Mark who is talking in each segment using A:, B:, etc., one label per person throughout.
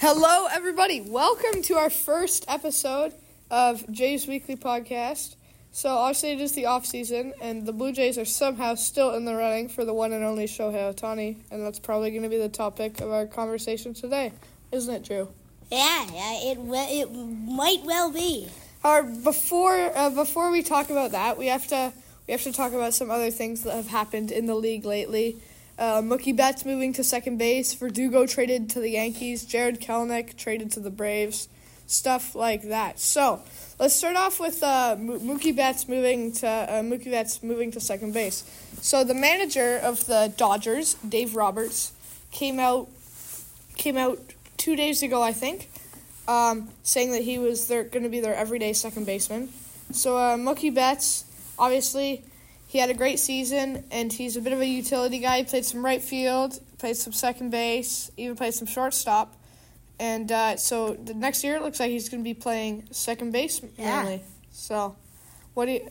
A: Hello, everybody. Welcome to our first episode of Jays Weekly Podcast. So, obviously, it is the off season, and the Blue Jays are somehow still in the running for the one and only Shohei Otani, and that's probably going to be the topic of our conversation today, isn't it, Drew?
B: Yeah, yeah, it we- it might well be.
A: However, before uh, before we talk about that, we have to we have to talk about some other things that have happened in the league lately. Uh, Mookie Betts moving to second base. Verdugo traded to the Yankees. Jared Kelenic traded to the Braves. Stuff like that. So let's start off with uh, Mo- Mookie Betts moving to uh, Mookie Betts moving to second base. So the manager of the Dodgers, Dave Roberts, came out came out two days ago, I think, um, saying that he was their going to be their everyday second baseman. So uh, Mookie Betts, obviously, he had a great season, and he's a bit of a utility guy. He played some right field, played some second base, even played some shortstop. And uh, so the next year, it looks like he's going to be playing second base
B: Yeah.
A: mainly. So, what do you,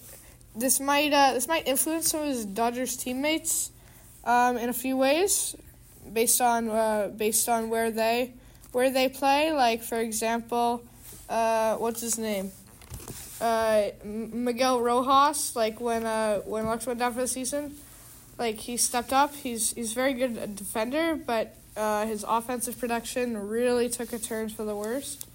A: this might uh, this might influence some of his Dodgers teammates um, in a few ways, based on uh, based on where they where they play. Like for example, uh, what's his name? Uh, M- Miguel Rojas. Like when uh, when Lux went down for the season, like he stepped up. He's he's very good a defender, but uh, his offensive production really took a turn for the worst.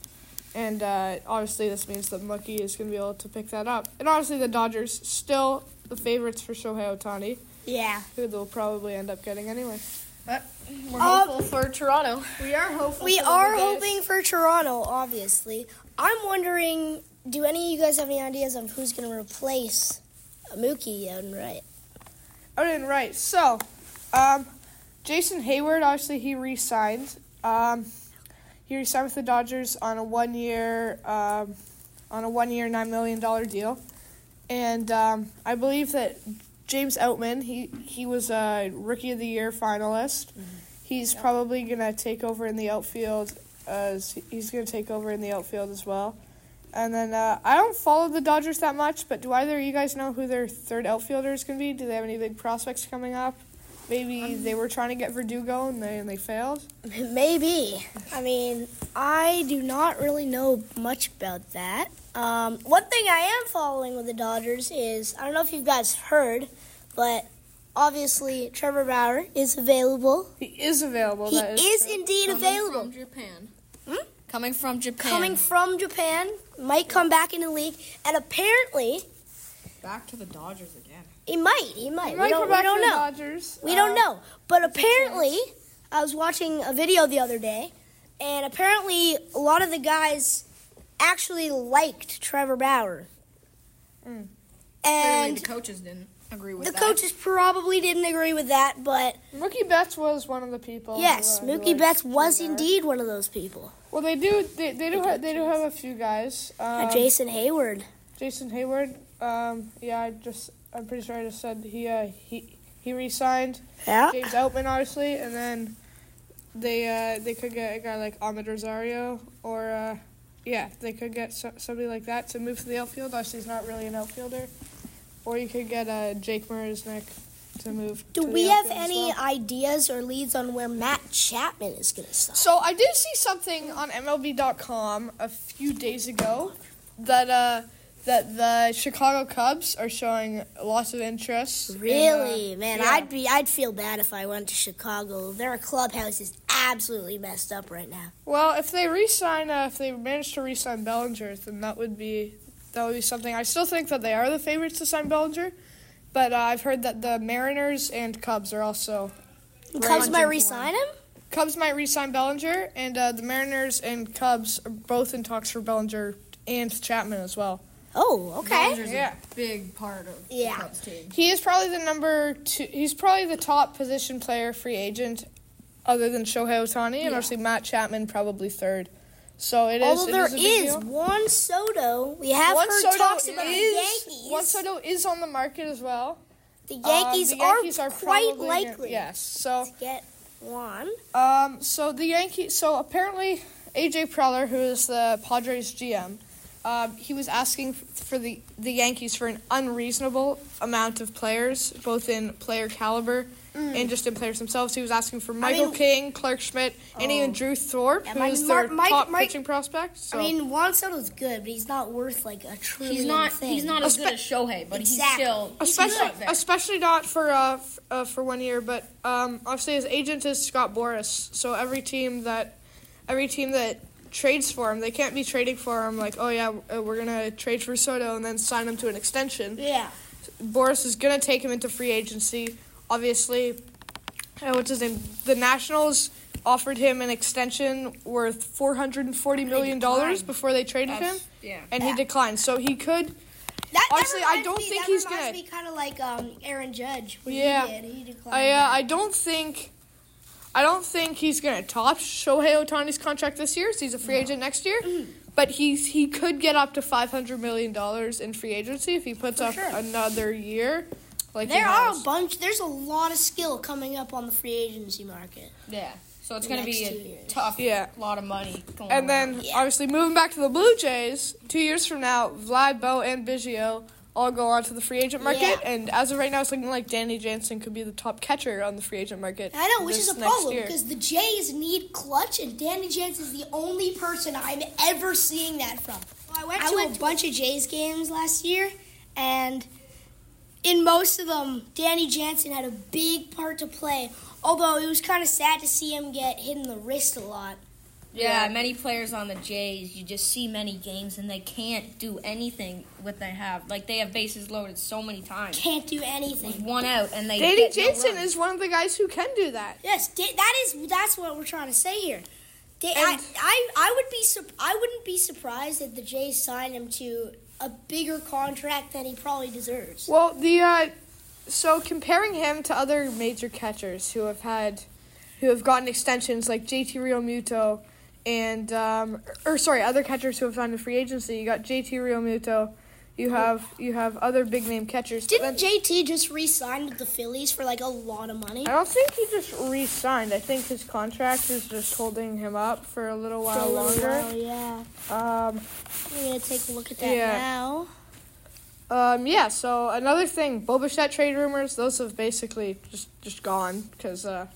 A: And uh, obviously, this means that Mookie is going to be able to pick that up. And obviously, the Dodgers still the favorites for Shohei Otani,
B: Yeah.
A: who they'll probably end up getting anyway. But we're
B: Um,
A: for Toronto. Uh, We are hopeful.
B: We
A: for the
B: are
A: Blue Jays.
B: hoping for Toronto, obviously. I'm wondering, do any of you guys have any ideas on who's going to replace Mookie and right?
A: Odin, right. So, um, Jason Hayward, obviously, he re signed. Um, he re signed with the Dodgers on a one year, um, on a one year, $9 million deal. And um, I believe that James Outman, he, he was a Rookie of the Year finalist. He's probably going to take over in the outfield. As he's going to take over in the outfield as well. And then uh, I don't follow the Dodgers that much, but do either of you guys know who their third outfielder is going to be? Do they have any big prospects coming up? Maybe they were trying to get Verdugo and they and they failed.
B: Maybe. I mean, I do not really know much about that. Um, one thing I am following with the Dodgers is I don't know if you guys heard, but obviously Trevor Bauer is available.
A: He is available.
B: he
A: that
B: is
A: true.
B: indeed
C: Coming
B: available.
C: From Japan.
B: Hmm?
C: Coming from Japan.
B: coming from Japan, might come back in the league, and apparently
C: back to the Dodgers again.
B: he might. He might.
A: He
B: we
A: might
B: don't,
A: come
B: we
A: back
B: don't
A: to the
B: know.
A: Dodgers.
B: We
A: Uh,
B: don't know. But apparently, I was watching a video the other day, and apparently a lot of the guys actually liked Trevor Bauer.
A: Mm.
C: Clearly, the
B: And
C: coaches didn't agree with
B: the
C: that.
B: coaches probably didn't agree with that, but
A: Mookie Betts was one of the people. who,
B: yes,
A: uh, who
B: Mookie
A: liked
B: Betts was
A: Verdugo.
B: indeed one of those people.
A: Well, they do. They, they do. Ha- they do have a few guys. Um,
B: Uh, Jason Hayward.
A: Jason Hayward. Um, yeah, I just. I'm pretty sure I just said he. Uh, he he re-signed.
B: Yeah.
A: James Outman, obviously, and then they uh, they could get a guy like Ahmed Rosario, or uh, yeah, they could get so- somebody like that to move to the outfield. Obviously, he's not really an outfielder, or you could get uh, Jake Marisnik to move.
B: Do
A: to the
B: we have
A: outfield as
B: any
A: well.
B: ideas or leads on where Matt Chapman is going to sign?
A: So I did see something on MLB.com a few days ago that uh, that the Chicago Cubs are showing lots of interest. in, uh,
B: Really, man,
A: yeah.
B: I'd be I'd feel bad if I went to Chicago. Their clubhouse is absolutely messed up right now.
A: Well, if they re-sign, uh, if they manage to re-sign Bellinger, then that would be that would be something. I still think that they are the favorites to sign Bellinger, but uh, I've heard that the Mariners and Cubs are also
B: Cubs might
C: Hunting
B: resign him.
A: Cubs might re-sign Bellinger, and uh, the Mariners and Cubs are both in talks for Bellinger and Chapman as well.
B: Oh, okay.
C: Dodgers are
A: Yeah.
C: a big part of
B: Yeah.
C: the Cubs team.
A: He is probably the number two. He's probably the top position player free agent, other than Shohei Otani, and obviously Matt Chapman probably third. So it is.
B: Although
A: it
B: there
A: is a big
B: is
A: deal.
B: one Soto, we have
A: Juan
B: heard
A: Soto
B: talks about
A: is-
B: the Yankees.
A: Juan Soto is on the market as well.
B: the,
A: Um,
B: Yankees
A: the Yankees
B: are,
A: are
B: quite
A: probably gonna-
B: likely
A: yes. So,
B: to get one.
A: um, so the Yankees. So apparently, AJ Preller, who is the Padres GM, um, he was asking f- for the the Yankees for an unreasonable amount of players, both in player caliber and just in players themselves. He was asking for Michael
B: Mm. mean- Oh.
A: King, Clark Schmidt, and even Drew Thorpe,
B: Yeah,
A: who
B: Mike-
A: is
B: Mar-
A: their
B: Mike-
A: top
B: Mike-
A: pitching prospect. So.
B: I mean, Juan Soto's good, but he's not worth like a trillion.
D: He's not.
B: Thing.
D: He's not as good
A: Espe-
D: as Shohei, but
B: Exactly.
D: he's still. He's
A: especially
D: up there.
A: especially not for uh, f- uh for one year, but um obviously his agent is Scott Boris. So every team that every team that trades for him, they can't be trading for him like, oh yeah, uh, we're gonna trade for Soto and then sign him to an extension.
B: Yeah.
A: Boris is gonna take him into free agency. Obviously, uh, what's his name? The Nationals offered him an extension worth four hundred and forty million dollars
D: declined.
A: before they traded
C: That's-
A: him,
C: yeah.
A: and he declined. So he could.
B: That, that
A: Honestly, I
B: reminds
A: don't
B: me,
A: think
B: that
A: he's
B: reminds
A: gonna-
B: Me kind of like um, Aaron Judge. When
A: Yeah.
B: He did. He declined.
A: I uh, I don't think I don't think he's gonna top Shohei Otani's contract this year. 'cause he's a free agent next year, but he's he could get up to five hundred million dollars in free agency if he puts up
B: sure.
A: another year. Like he
B: there are a
A: has.
B: bunch. There's a lot of skill coming up on the free agency market.
D: yeah. So it's
B: The
D: gonna be
B: next two
D: a
B: years.
D: tough.
A: Yeah.
D: Lot of money. Going
A: and
D: around.
A: then
B: Yeah.
A: obviously moving back to the Blue Jays, two years from now, Vlad, Bo, and Biggio all go on to the free agent market.
B: Yeah.
A: And as of right now, it's looking like Danny Jansen could be the top catcher on the free agent market.
B: I know, which
A: this
B: is a
A: next
B: problem
A: year.
B: because the Jays need clutch, and Danny Jansen is the only person I'm ever seeing that from. I went to a bunch of Jays games last year, and in most of them, Danny Jansen had a big part to play. Although it was kind of sad to see him get hit in the wrist a lot.
D: yeah, many players on the Jays. You just see many games, and they can't do anything what they have. Like they have bases loaded so many times.
B: Can't do anything.
D: One out, and they.
A: Danny
D: get no
A: Jansen
D: runs.
A: is one of the guys who can do that.
B: Yes, da- that is that's what we're trying to say here. Da- I,
A: And-
B: I I would be sup- I wouldn't be surprised if the Jays signed him to a bigger contract than he probably deserves.
A: Well, the uh, so comparing him to other major catchers who have had who have gotten extensions like JT Realmuto and um, or sorry, other catchers who have signed in free agency. You got JT Realmuto. You have you have other big name catchers. but
B: Oh. Didn't
A: then-
B: JT just re-sign with the Phillies for like a lot of money?
A: I don't think he just re-signed. I think his contract is just holding him up for a little
B: For a
A: while
B: little
A: longer.
B: while, yeah.
A: Um,
B: We're gonna take a look at that
A: Yeah.
B: now.
A: Um, yeah, so another thing, Bobuchet trade rumors, those have basically just, just gone because uh,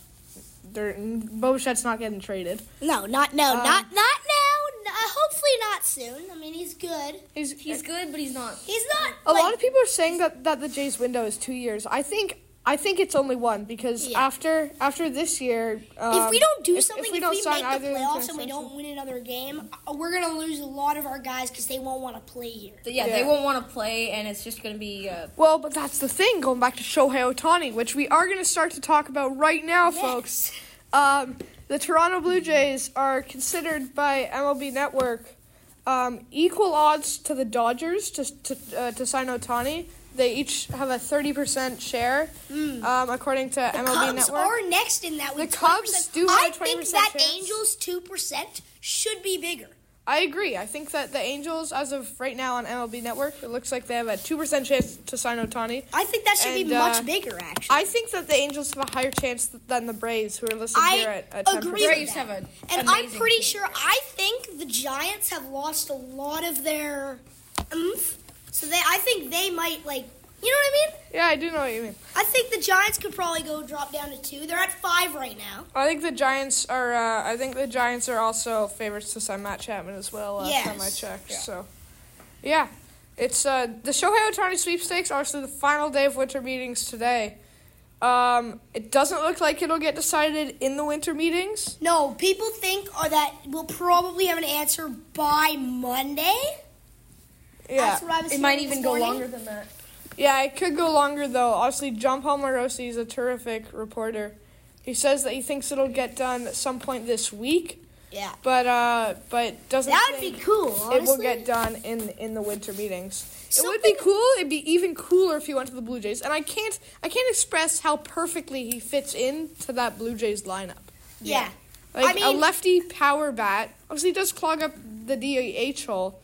A: they're Bobuchet's not getting traded.
B: No, not no,
A: Um,
B: not not now. No, hopefully not soon. I mean, he's good.
A: He's,
D: He's good, but he's not.
B: He's not.
A: a
B: like,
A: lot of people are saying that, that the Jays window is two years. I think I think it's only one because
B: Yeah.
A: after after this year, um,
B: if we don't do
A: if-
B: something,
A: if
B: if
A: we
B: we,
A: don't sign
B: make
A: either
B: the
A: of them to
B: playoffs and we
A: extension.
B: don't win another game, uh, we're gonna lose a lot of our guys because they won't want to play here.
D: Yeah,
A: Yeah.
D: they won't want to play, and it's just gonna be. Uh,
A: well, but that's the thing. Going back to Shohei Otani, which we are going to start to talk about right now,
B: Yes.
A: folks. Um, the Toronto Blue Jays are considered by MLB Network um, equal odds to the Dodgers to to, uh, to sign Otani. They each have a thirty percent share, um, according to MLB
B: Hmm. Cubs
A: Network.
B: are next in that. With
A: The Cubs
B: 20%.
A: do have a
B: I think
A: 20%
B: that
A: chance.
B: Angels two percent should be bigger.
A: I agree. I think that the Angels, as of right now on MLB Network, it looks like they have a two percent chance to sign Otani.
B: I think that should
A: And,
B: be
A: uh,
B: much bigger, actually.
A: I think that the Angels have a higher chance th- than the Braves, who are listed
B: I
A: here at, at 10%.
B: agree.
D: Braves
B: with that.
D: have a
B: and I'm
D: amazing
B: pretty
D: team.
B: sure. I think the Giants have lost a lot of their oomph, so they. I think they might like. You know what I mean?
A: Yeah, I do know what you mean.
B: I think the Giants could probably go drop down to two. They're at five right now.
A: I think the Giants are. Uh, I think the Giants are also favorites to sign Matt Chapman as well. Last time I
B: Yes.
A: checked,
D: Yeah.
A: so yeah, it's uh, the Shohei Otani sweepstakes. Obviously, the final day of winter meetings today. Um, it doesn't look like it'll get decided in the winter meetings.
B: No, people think or that we'll probably have an answer by Monday.
A: Yeah,
B: That's what I was
D: it might
B: hearing
D: even
B: this
D: go
B: morning.
D: longer than that.
A: yeah, it could go longer though. Obviously, John Palmarosi is a terrific reporter. He says that he thinks it'll get done at some point this week,
B: Yeah,
A: but uh, but doesn't.
B: that would
A: think-
B: be cool. Honestly,
A: It will get done in in the winter meetings. It would be
B: Something-
A: cool. It'd be even cooler if he went to the Blue Jays. And I can't I can't express how perfectly he fits into that Blue Jays lineup.
B: Yeah.
A: Like
B: I
A: a
B: mean-
A: lefty power bat. Obviously, he does clog up the DH hole,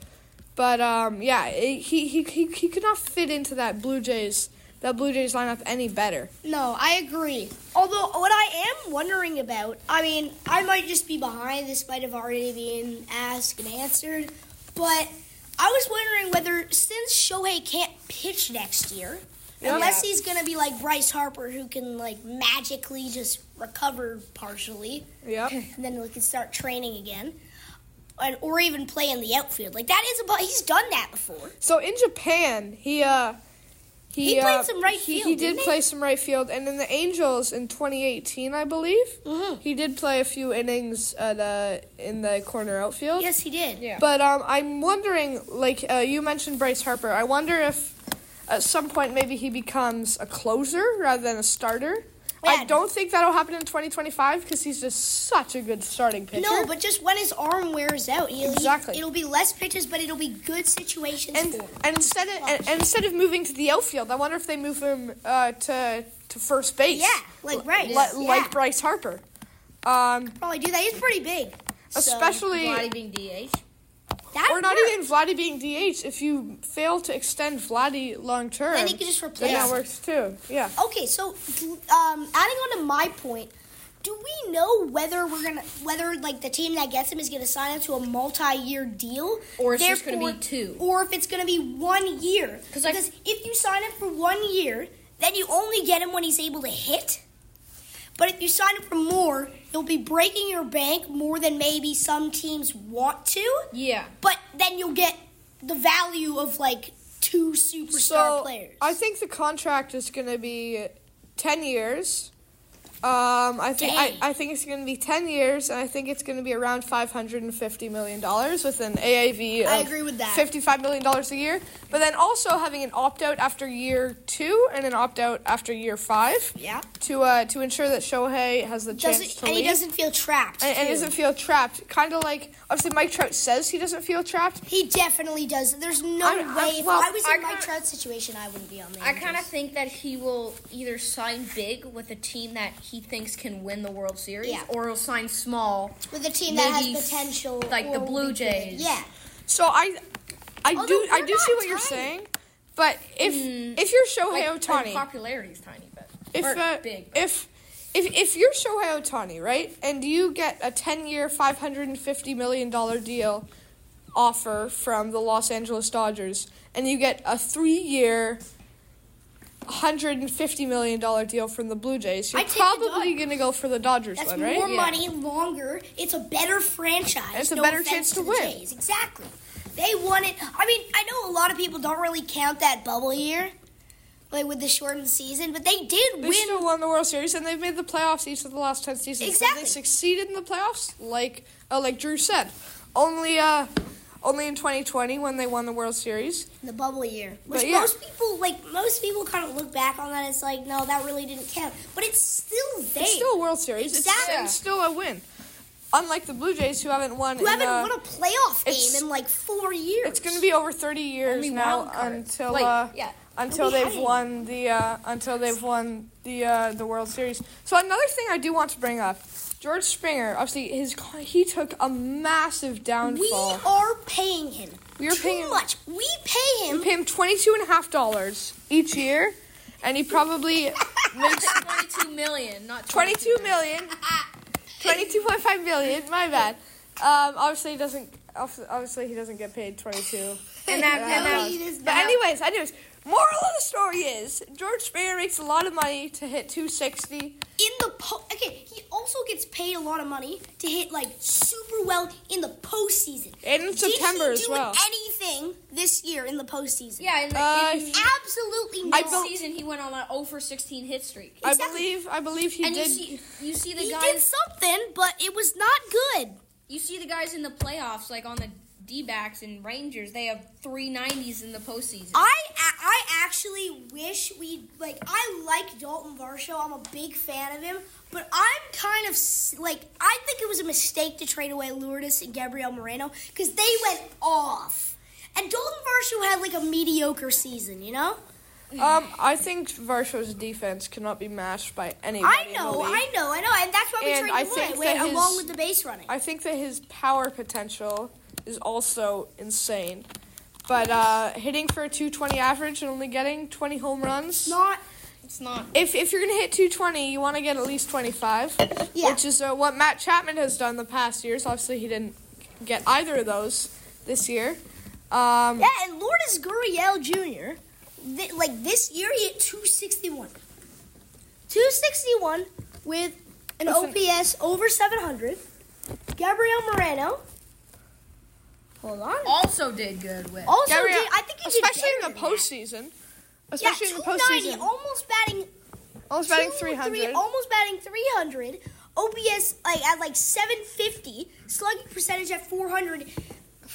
A: but um, yeah, it, he, he he he could not fit into that Blue Jays that Blue Jays lineup any better.
B: No, I agree. Although what I am wondering about, I mean, I might just be behind. This might have already been asked and answered, but I was wondering whether since Shohei can't pitch next year, Unless he's gonna be like Bryce Harper, who can like magically just recover partially,
A: Yep.
B: and then we can start training again, and, or even play in the outfield. Like that is about he's done that before.
A: So in Japan, he uh
B: He played
A: uh,
B: some right
A: he- He,
B: field,
A: did
B: didn't he?
A: play some right field, and in the Angels in 2018, I believe,
B: Mm-hmm.
A: he did play a few innings at uh, in the corner outfield.
B: Yes, he did.
D: Yeah.
A: But um, I'm wondering, like uh, you mentioned Bryce Harper, I wonder if at some point maybe he becomes a closer rather than a starter. I
B: Yeah.
A: don't think that'll happen in 2025 because he's just such a good starting pitcher.
B: No, but just when his arm wears out, he'll,
A: Exactly.
B: it'll be less pitches, but it'll be good situations
A: and
B: for him.
A: and instead of and, and instead of moving to the outfield, I wonder if they move him uh, to to first base.
B: Yeah, like Bryce.
A: Li-
B: Yeah.
A: like Bryce Harper. Um,
B: Probably do that. He's pretty big. So,
A: especially
D: Body being DH.
B: that
A: or not
B: works.
A: even Vladdy being DH. If you fail to extend Vladdy long term,
B: Then he can just
A: then
B: replace.
A: that
B: him.
A: works too. Yeah.
B: Okay, so um, adding on to my point, do we know whether we're gonna whether like the team that gets him is gonna sign up to a multi-year deal,
D: Or it's just gonna be
B: Therefore-
D: two.
B: or if it's gonna be one year?
D: 'Cause I-
B: Because if you sign up for one year, then you only get him when he's able to hit. But if you sign up for more, you'll be breaking your bank more than maybe some teams want to.
D: Yeah.
B: But then you'll get the value of like two superstar
A: so
B: players.
A: I think the contract is going to be ten years. Um, I think I,
B: Dang.
A: I think it's going to be ten years, and I think it's going to be around five hundred and fifty million dollars with an AAV. Of
B: I agree with that.
A: Fifty-five million dollars a year, but then also having an opt-out after year two and an opt-out after year five.
B: Yeah.
A: To uh, to ensure that Shohei has the chance
B: doesn't,
A: to
B: and
A: leave
B: he doesn't feel trapped.
A: and, and
B: too.
A: doesn't feel trapped. Kind of like obviously Mike Trout says he doesn't feel trapped,
B: He definitely does. There's no
A: I'm- I'm-
B: way. if
A: well,
B: I was in
D: I
B: Mike
D: kinda-
B: Trout's situation, I wouldn't be on the
D: I kind of
B: Angels.
D: think that he will either sign big with a team that he thinks can win the World Series,
B: Yeah.
D: or he'll sign small.
B: with a team that
D: maybe
B: has
D: s-
B: potential,
D: like the
B: or will
D: Blue
B: be good.
D: Jays.
B: Yeah,
A: So I, I
B: Although
A: do, I
B: they're
A: do see
B: not
A: what you're
B: tiny. Mm.
A: saying, but if if you're Shohei
D: Like, in
A: Otani,
D: popularity is tiny, but
A: if
D: or
A: uh,
D: big.
A: if if if you're Shohei Otani, right, and you get a ten-year, five hundred and fifty million dollar deal offer from the Los Angeles Dodgers, and you get a three-year. Hundred and fifty million dollar deal from the Blue Jays. You're
B: I'd take the
A: probably
B: Dodgers.
A: gonna go for the Dodgers
B: that's
A: one,
B: more
A: right?
B: money, longer. It's a better franchise.
A: It's a
B: no
A: better
B: offense
A: chance to
B: the
A: win.
B: Jays. Exactly. They won it. I mean, I know a lot of people don't really count that bubble year, like with the shortened season, but they did
A: They
B: win.
A: still won the World Series, and they've made the playoffs each of the last ten seasons. So
B: Exactly.
A: they succeeded in the playoffs, like uh, like Drew said. Only uh, only in 2020 when they won the World Series.
B: the bubble year, which
A: But yeah.
B: most people like. Most people kind of look back on that. It's like, no, that really didn't count. But it's still there.
A: It's still a World Series.
B: Exactly.
A: It's, it's still a win. Unlike the Blue Jays, who haven't won.
B: You
A: in,
B: haven't
A: uh,
B: won a playoff
A: it's-
B: game in like four years.
A: It's going to be over 30 years
D: Only
A: now
D: wild card.
A: until
D: Wait,
A: uh,
D: yeah.
A: until
B: Nobody
A: they've
B: had it.
A: won the uh, until they've won the uh, the World Series. So another thing I do want to bring up, George Springer. Obviously, his co- he took a massive
B: We
A: downfall.
B: are paying him.
A: We are
B: too
A: paying him-
B: much. We pay
A: We
B: him.
A: pay him twenty-two and a half dollars each year, and he probably makes
D: twenty-two million, not
A: twenty-two million, twenty-two point five million. My bad. Um, obviously, he doesn't. obvi- Obviously, he doesn't get paid twenty-two.
D: And that, and that-
B: he does
A: But anyways, anyways, moral of the story is George Springer makes a lot of money to hit two sixty.
B: in the po- okay. He also gets paid a lot of money to hit like super well in the postseason.
A: And in September
B: Did
A: as
B: he do
A: well.
B: Anything this year in the postseason?
D: yeah, and the,
A: Uh,
D: in
B: Absolutely
A: I
B: not.
A: don't-
D: season he went on an 0 for 16 hit streak.
A: I
B: Exactly.
A: believe. I believe he
D: and
A: did.
D: you see, you see the
B: he did
D: guys,
B: something, but it was not good.
D: you see the guys in the playoffs, like on the D-backs and Rangers. They have three nineties in the postseason.
B: I I actually wish we like I like Dalton Varsho. I'm a big fan of him, but I'm kind of s- like I think it was a mistake to trade away Lourdes and Gabriel Moreno because they went off, and Dalton Varsho had like a mediocre season. You know,
A: um, I think Varsho's defense cannot be matched by anybody.
B: I
A: in the
B: know,
A: league.
B: I know, I know, and that's why we
A: And
B: traded
A: I
B: away
A: think
B: wait,
A: that his-
B: along with the base running.
A: I think that his power potential is also insane. But uh, hitting for a 220 average and only getting 20 home runs.
B: not
D: It's not.
A: If, if you're going to hit 220, you want to get at least 25,
B: Yeah.
A: which is uh, what Matt Chapman has done the past years. Obviously, he didn't get either of those this year. Um,
B: yeah, and Lourdes Gurriel Jr. th- like this year he hit 261. 261 with an OPS over 700. Gabriel Moreno. Hold on.
D: Also did good with.
B: Also,
A: Gabriel-
B: did- I think he did
A: especially
B: better
A: in the
B: than that.
A: postseason. Especially
B: yeah,
A: in the
B: 290,
A: postseason.
B: almost batting
A: I was batting
B: two, three-
A: 300.
B: almost batting 300. OPS like at like 750, slugging percentage at 400.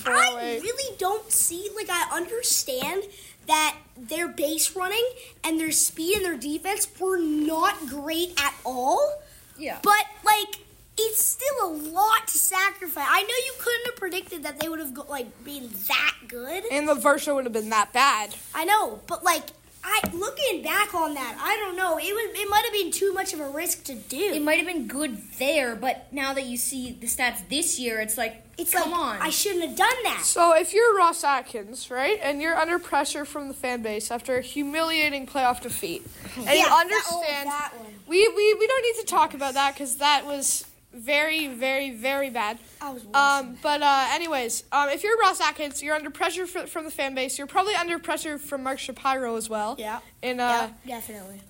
B: I
A: 408.
B: really don't see like I understand that their base running and their speed and their defense were not great at all.
D: Yeah.
B: But like it's still a lot to sacrifice. I know you couldn't have predicted that they would have go- like been that good.
A: and the Versa would have been that bad.
B: I know, but like I looking back on that, I don't know. It was it might have been too much of a risk to do.
D: it might have been good there, but now that you see the stats this year, it's like,
B: It's
D: come
B: like,
D: on.
B: I shouldn't have done that.
A: So if you're Ross Atkins, right, and you're under pressure from the fan base after a humiliating playoff defeat, and you understand
B: That, oh, that one.
A: we, we we don't need to talk about that because that was very very very bad.
B: I was worse
A: Um, but uh, anyways, um, if you're Ross Atkins, you're under pressure fr from the fan base. You're probably under pressure from Mark Shapiro as well.
B: Yeah.
A: And uh,
B: definitely.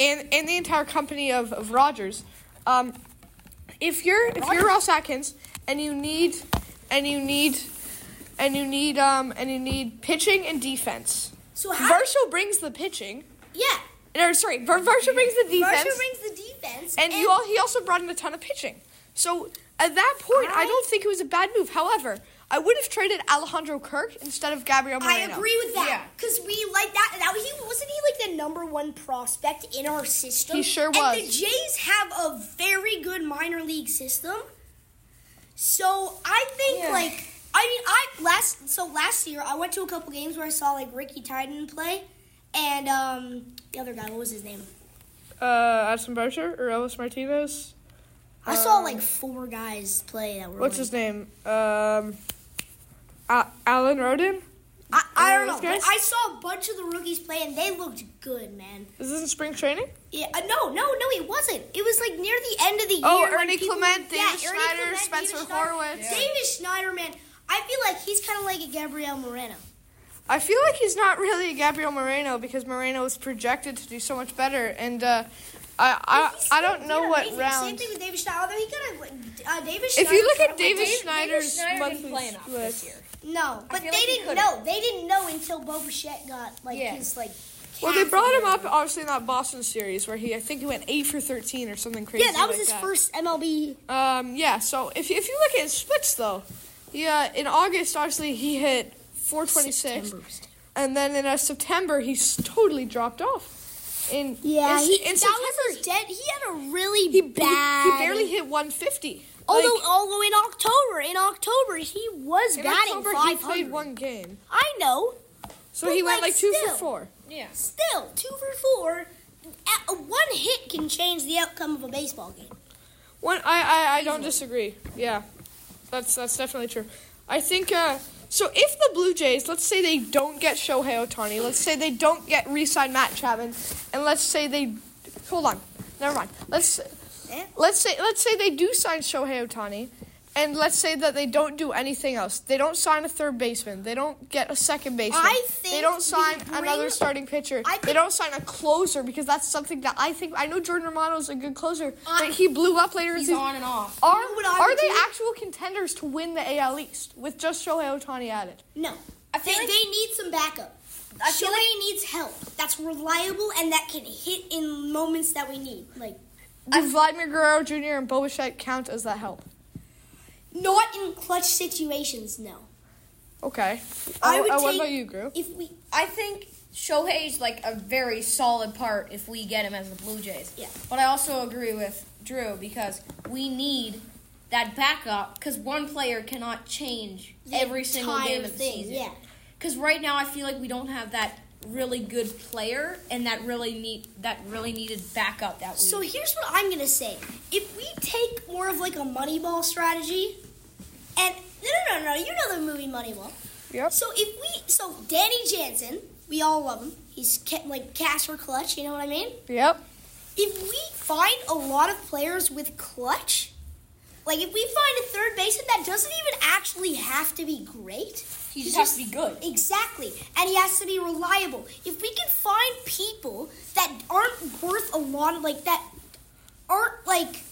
A: and and the entire company of of Rogers. Um, if you're if you're Ross Atkins and you need and you need and you need um and you need pitching and defense.
B: So how?
A: Varsho brings the pitching.
B: yeah.
A: Or sorry, Ver- Varsho brings the defense.
B: Varsho brings the defense,
A: and you all, he also brought in a ton of pitching. So at that point, I,
B: I-
A: don't think it was a bad move. However, I would have traded Alejandro Kirk instead of Gabriel
B: I
A: Moreno.
B: agree with that
D: Yeah.
B: because we like that. That he wasn't he like the number one prospect in our system.
A: He sure
B: And the
A: was.
B: Jays have a very good minor league system, so I think
D: Yeah.
B: like I mean I last so last year I went to a couple games where I saw like Ricky Titan play, and um the other guy what was his name?
A: Uh, Addison Barcher or Elvis Martinez.
B: I saw like four guys play that were.
A: Um, What's
B: like-
A: his name? Um, A- Alan Roden.
B: I, I don't
A: Any
B: know.
A: of those
B: but
A: guys?
B: I saw a bunch of the rookies play, and they looked good, man.
A: Is this in spring training?
B: Yeah, uh, no, no, no, it wasn't. It was like near the end of the year.
A: Oh,
B: when
A: Ernie
B: people-
A: Clement, Davis
B: Ernie
A: Schneider,
B: Clement,
A: Spencer
B: Davis Schneider.
A: Horowitz. Yeah.
B: Davis Schneider, man, I feel like he's kind of like a Gabriel Moreno.
A: I feel like he's not really a Gabriel Moreno because Moreno was projected to do so much better, and uh, I
B: He's
A: I, I
B: still
A: don't know
B: did
A: what
B: amazing. Same
A: round.
B: thing with Davis Schneider, although he kind of like uh, Davis.
A: If you look at
B: Schneider-
A: Davis
D: Davis
A: Schneider's
D: Schneider didn't
A: monthly
D: play enough this
A: splits,
D: year.
B: no, but they
D: feel like he
B: didn't
D: could've.
B: know. They didn't know until Bo Bichette got like
D: Yeah.
B: his like.
A: well, they
B: calf
A: brought him
B: injury.
A: up obviously in that Boston series where he I think he went eight for thirteen or something crazy.
B: Yeah, that was
A: like
B: his first MLB.
A: Um, yeah. So if if you look at his splits though, yeah, in August obviously he hit four twenty six, and then in uh, September he's totally dropped off. In
B: Yeah,
A: in,
B: he,
A: in
B: that
A: September
B: was his dead. He had a really
A: he, he-
B: bad.
A: he barely hit one fifty.
B: Although, although in October, in October he was
A: In
B: batting
A: October, he
B: 500.
A: played one game,
B: I know.
A: so
B: But,
A: he went
B: like,
A: like two for
B: still.
A: four.
D: Yeah.
B: Still, two for four. A- One hit can change the outcome of a baseball game.
A: One, I, I, I don't disagree. Yeah, that's that's definitely true. I think uh, so. If the Blue Jays, let's say they don't get Shohei Otani, let's say they don't get re-sign Matt Chapman, and let's say they, hold on, never mind. Let's
B: Eh?
A: let's say let's say they do sign Shohei Otani, and let's say that they don't do anything else. They don't sign a third baseman. They don't get a second baseman.
B: I think
A: they don't
B: we
A: sign
B: bring-
A: another starting pitcher.
B: I think-
A: they don't sign a closer because that's something that I think I know Jordan Romano's a good closer, but he blew up later. in
D: He's
A: season.
D: on and off.
A: Are,
B: You know what I
A: are
B: would
A: they
B: do?
A: actual contenders to win the AL East with just Shohei Otani added?
B: No.
D: I feel
B: they,
D: like-
B: they need some backup.
D: I feel
B: Shohei needs help that's reliable and that can hit in moments that we need. Like,
A: Do Vladimir Guerrero Jr. and Bobuchet count as that help?
B: not in clutch situations, no.
A: Okay.
B: I
A: Uh,
B: would
A: uh, what
B: take-
A: about you, Gru?
B: If we.
D: I think Shohei's like a very solid part if we get him as the Blue Jays.
B: Yeah.
D: But I also agree with Drew because we need that backup because one player cannot change
B: the
D: every single
B: entire
D: game of the
B: thing,
D: season.
B: Yeah.
D: Because right now I feel like we don't have that really good player and that really need that really needed backup that we.
B: So here's what I'm gonna say. If we take more of like a Moneyball strategy, and no, no, no, no, you know the movie Moneyball.
A: Yep.
B: So if we, so Danny Jansen, we all love him. He's kept like cash or clutch. You know what I mean?
A: Yep.
B: If we find a lot of players with clutch, Like if we find a third baseman that doesn't even actually have to be great,
D: He just has to be good.
B: Exactly. And he has to be reliable. If we can find people that aren't worth a lot of like that aren't like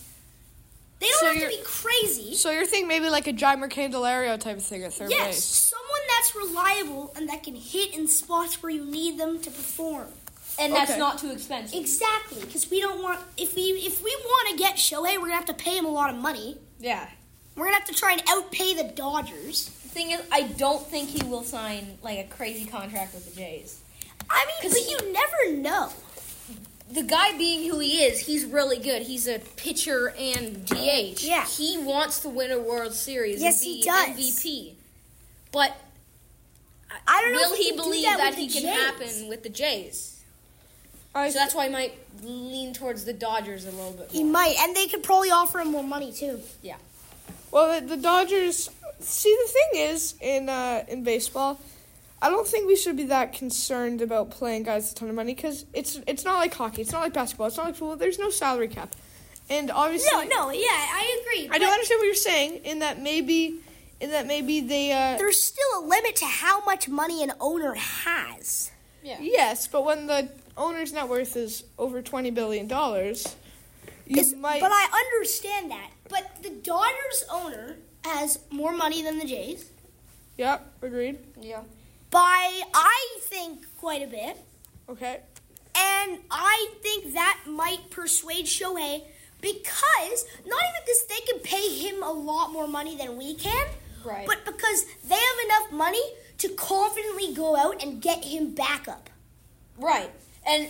B: they don't
A: So
B: have to
A: you're-
B: be crazy.
A: So you're thinking maybe like a Jimer Candelario type of thing at third
B: Yes,
A: base.
B: someone that's reliable and that can hit in spots where you need them to perform.
D: And that's
A: Okay.
D: not too expensive.
B: Exactly, because we don't want if we if we want to get Shohei, we're gonna have to pay him a lot of money.
D: Yeah.
B: We're gonna have to try and outpay the Dodgers.
D: The thing is, I don't think he will sign like a crazy contract with the Jays.
B: I mean, but you never know.
D: The guy being who he is, he's really good. He's a pitcher and DH.
B: Yeah.
D: He wants to win a World Series.
B: Yes,
D: and be
B: he does.
D: MVP. But
B: I don't know
D: will
B: if
D: he
B: can do
D: believe
B: that,
D: that,
B: with
D: he
B: the
D: can
B: Jays.
D: happen with the Jays?
A: I
D: So that's why I might lean towards the Dodgers a little bit.
B: He
D: More.
B: might, and they could probably offer him more money too.
A: Well, the, the Dodgers. See, the thing is, in uh, in baseball, I don't think we should be that concerned about playing guys a ton of money because it's it's not like hockey, it's not like basketball, it's not like football. There's no salary cap, and obviously,
B: No, no, yeah, I agree.
A: I
B: but
A: don't understand what you're saying in that maybe, in that maybe they. Uh,
B: There's still a limit to how much money an owner has.
A: yes, but when the owner's net worth is over twenty billion dollars, you
B: It's-
A: might.
B: But I understand that. But the Dodgers owner has more money than the Jays
A: Yep, agreed.
D: Yeah.
B: by, I think, quite a bit.
A: Okay.
B: And I think that might persuade Shohei because not even because they can pay him a lot more money than we can,
D: Right.
B: but because they have enough money to confidently go out and get him back up.
D: Right. And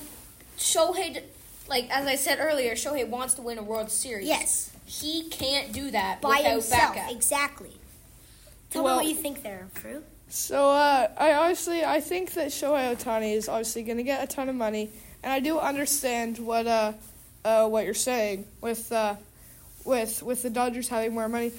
D: Shohei, d- like as I said earlier, Shohei wants to win a World Series.
B: Yes.
D: He can't do that
B: By
D: without
B: himself.
D: backup.
B: Exactly. Tell
A: Well-
B: me what you think there, Crew.
A: So uh, I obviously I think that Shohei Otani is obviously going to get a ton of money, and I do understand what uh, uh what you're saying with uh, with with the Dodgers having more money.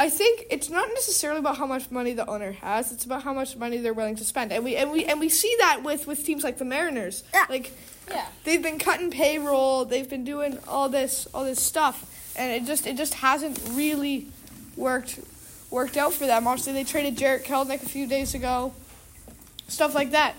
A: I think it's not necessarily about how much money the owner has; it's about how much money they're willing to spend, and we and we and we see that with with teams like the Mariners,
B: Yeah.
A: like
D: Yeah.
A: they've been cutting payroll, they've been doing all this all this stuff, and it just it just hasn't really worked worked out for them. Obviously, they traded Jarrett Kelnick a few days ago, stuff like that.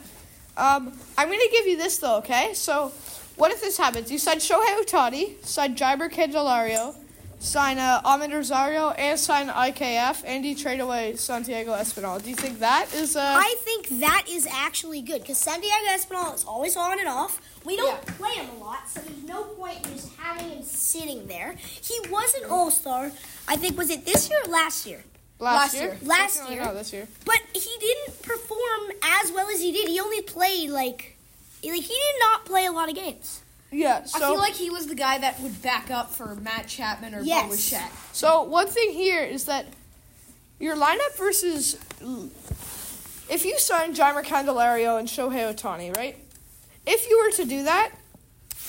A: Um, I'm gonna give you this though, okay? So, what if this happens? You sign Shohei Ohtani, sign Jiber Candelario, sign uh, Ahmed Rosario, and sign IKF, and you trade away Santiago Espinal. Do you think that is uh?
B: I think that is actually good because San Diego Espinal is always on and off. We don't play him a lot, so there's no point in just having him sitting there. He was an All Star, I think. Was it this year or last year?
A: last,
B: last
A: year.
B: year. Last
A: Definitely
B: year.
A: Not this year.
B: But he didn't perform as well as he did. He only played like, like he did not play a lot of games.
A: Yeah. So
D: I feel like he was the guy that would back up for Matt Chapman or
B: Yes.
D: yes. Shaq.
A: So one thing here is that your lineup versus if you sign Jimer Candelario and Shohei Otani, right? If you were to do that,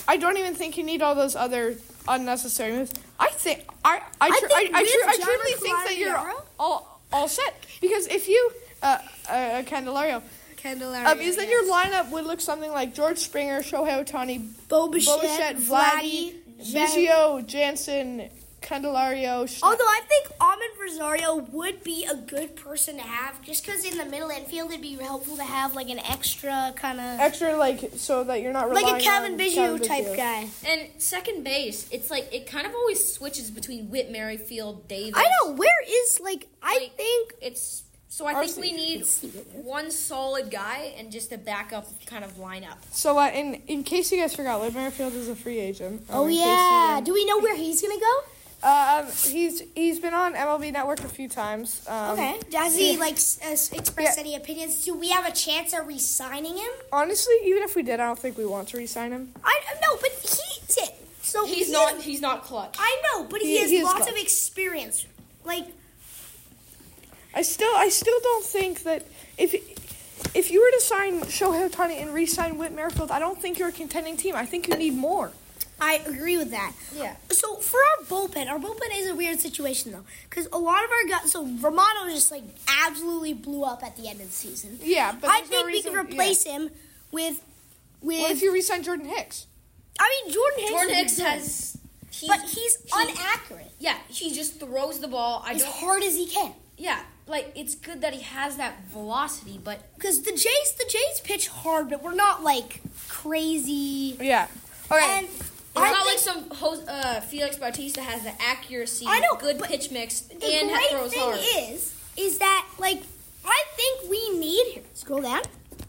A: I don't even think you need all those other unnecessary moves. I think I I
B: I
A: tr- I,
B: think
A: I,
B: with
A: tru- I
B: Jimer
A: truly think that you're
B: Candelario-
A: all all set because if you uh, uh, uh Candelario
D: Candelaria.
B: Oh,
A: um, is that your lineup would look something like George Springer, Shohei Otani,
B: Bo
A: Bobichette, Vladdy, Biggio, Jansen, Candelario, Schna-
B: Although I think Almond Rosario would be a good person to have, just because in the middle infield it'd be helpful to have like an extra kind of
A: extra like so that you're not relying
B: like a Kevin
A: on
B: Biggio
A: Kevin
B: type
A: Biggio.
B: guy.
D: And second base, it's like it kind of always switches between Whit Merrifield, Davis.
B: I know where is like I
D: Like-
B: think
D: It's so I think
A: Arce.
D: we need one solid guy and just a backup kind of lineup.
A: So uh, in in case you guys forgot, Whit Merrifield is a free agent. Um,
B: Oh
A: in case
B: yeah,
A: you-
B: do we know where he's gonna go?
A: Uh, um, he's he's been on MLB Network a few times. Um,
B: Okay, does he like s- uh, s- express
A: Yeah.
B: any opinions? Do we have a chance of re-signing him?
A: Honestly, even if we did, I don't think we want to re-sign him.
B: I no, but he's it. So
D: He's
B: he
D: not
B: has-
D: he's not clutch.
B: I know, but he,
A: He-
B: has
A: he is
B: lots
A: clutch.
B: of experience. Like
A: I still I still don't think that if if you were to sign Shohei Ohtani and re-sign Whit Merrifield, I don't think you're a contending team. I think you need more.
B: I agree with that.
D: Yeah.
B: So for our bullpen, our bullpen is a weird situation though, because a lot of our guys. So Romano just like absolutely blew up at the end of the season.
A: Yeah, but
B: I
A: there's no
B: think we
A: reason-
B: can replace him with with. Mm.
A: What if you re-sign Jordan Hicks?
B: I mean Jordan Hicks.
D: Jordan
B: would be
D: Hicks
B: good.
D: has He's,
B: but he's
D: he-
B: inaccurate
D: yeah, he just throws the ball. I
B: as
D: don't.
B: hard as he can.
D: Yeah, like it's good that he has that velocity, but
B: Because the Jays, the Jays pitch hard, but we're not like crazy.
A: Yeah. All right.
B: And
D: It's
B: I
D: not
B: think
D: like some Jos- uh, Felix Bautista has the accuracy,
B: I know,
D: good
B: but
D: pitch mix,
B: the
D: and ha-
B: great
D: throws
B: thing
D: hard.
B: is, is that like I think we need him. Scroll down.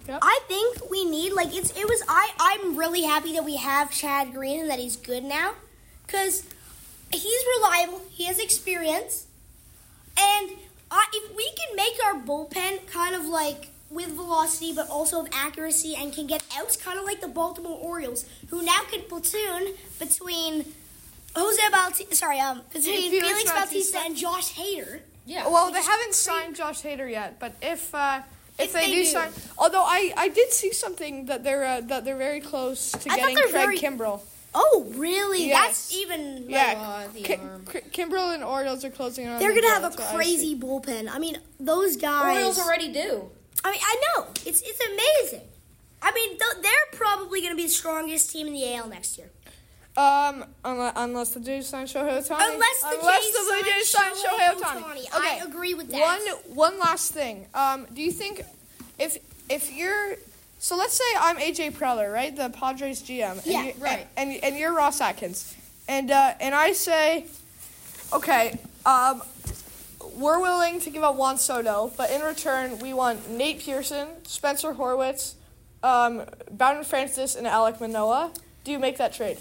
A: Yep.
B: I think we need like it's it was I I'm really happy that we have Chad Green and that he's good now, because he's reliable. He has experience, and I, if we can make our bullpen kind of like with velocity but also of accuracy and can get outs, kind of like the Baltimore Orioles, who now can platoon between Jose Bautista, sorry, um, between
A: Felix
B: Felix, Bautista,
A: Bautista.
B: and Josh Hader.
D: yeah,
A: well, they haven't signed Josh Hader yet, but if uh, if,
B: If
A: they,
B: they
A: do,
B: do.
A: sign, although I, I did see something that they're uh, that they're very close to
B: I thought
A: getting
B: they're
A: Craig
B: very-
A: Kimbrell.
B: Oh, really?
A: Yes.
B: That's even.
A: Yeah,
E: uh, the
A: Ki-
E: arm.
A: Ki- Kimbrell and Orioles are closing on.
B: They're gonna have a crazy bullpen. I mean, those guys.
D: Orioles already do.
B: I mean, I know it's it's amazing. I mean, th- they're probably gonna be the strongest team in the AL next year.
A: Um, unless, unless the Jays sign Shohei Ohtani.
B: Unless the Jays
A: Blue
B: sign Shohei Ohtani. I agree with that.
A: One one last thing. Um, do you think if if you're so let's say I'm AJ Preller, right, the Padres GM, and
B: Yeah,
A: you,
E: right.
A: and, and you're Ross Atkins, and uh, and I say, okay, um, we're willing to give up Juan Soto, but in return we want Nate Pearson, Spencer Horwitz, um, Bowden Francis, and Alec Manoa. Do you make that trade?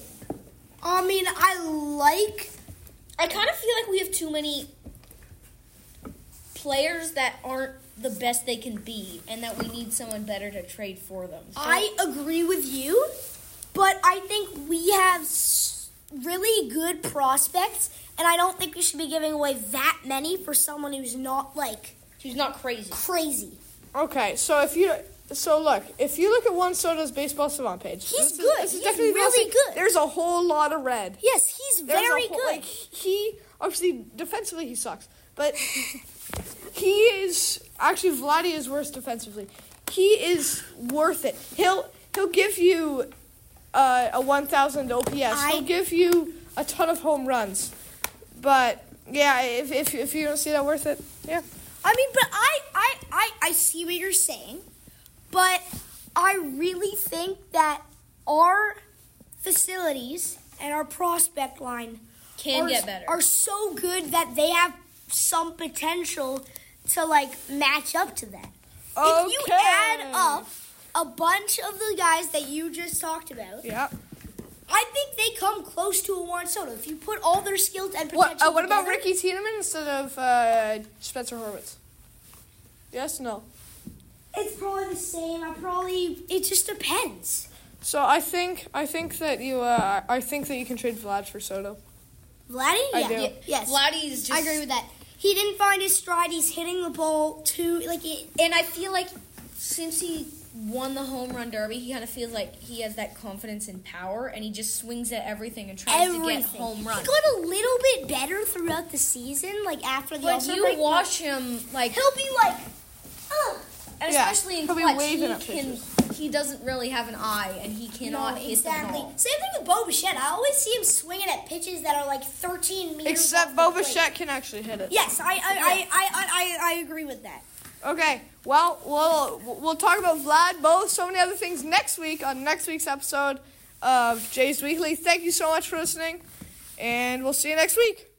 B: I mean, I like.
D: I kind of feel like we have too many players that aren't the best they can be, and that we need someone better to trade for them. So-
B: I agree with you, but I think we have s- really good prospects, and I don't think we should be giving away that many for someone who's not like
D: He's not crazy.
B: crazy.
A: Okay, so if you so look, if you look at one Soto's baseball savant page,
B: He's good. He's really
A: the-
B: good.
A: There's a whole lot of red.
B: Yes, he's
A: There's a
B: very
A: whole-
B: good.
A: Like he obviously defensively he sucks, but he is actually Vladdy is worse defensively. He is worth it. He'll he'll give you uh, a 1,000 OPS.
B: I-
A: he'll give you a ton of home runs, but yeah, if if if you don't see that worth it, yeah.
B: I mean, but I, I, I, I see what you're saying, but I really think that our facilities and our prospect line
D: Can
B: are,
D: get better.
B: are so good that they have some potential to like match up to that. If you add
A: Okay.
B: up a bunch of the guys that you just talked about,
A: Yeah.
B: I think they come close to a Juan Soto. If you put all their skills and potential
A: What, uh, what about
B: together-
A: Ricky Tiedemann instead of uh, Spencer Horwitz? Yes, no.
B: It's probably the same. I probably it just depends.
A: So I think I think that you uh, I think that you can trade Vlad for Soto.
B: Vladdy?
A: I
B: yeah.
A: do.
B: Ye- Yes.
D: Vladdy's just.
B: I agree with that. He didn't find his stride. He's hitting the ball too like it,
D: And I feel like since he won the home run derby, he kind of feels like he has that confidence in power, and he just swings at everything and tries to
B: everything.
D: get home
B: He
D: runs.
B: got a little bit better throughout the season, like after the
D: But
B: All-Star
D: you
B: break.
D: watch him like,
B: He'll be like, Ugh.
D: and
A: Yeah,
D: especially in
A: he'll be
D: clutch,
A: waving
D: he
A: at
D: can. He doesn't really have an eye, and he cannot hit the
B: exactly.
D: ball.
B: Same thing with Bo Bichette. I always see him swinging at pitches that are like 13 meters.
A: Except
B: off
A: Bo
B: the plate.
A: Bichette can actually hit it.
B: Yes, I I, I, I, I, I I agree with that.
A: Okay. Well, we'll we'll talk about Vlad, Bo, so many other things next week on next week's episode of Jay's Weekly. Thank you so much for listening, and we'll see you next week.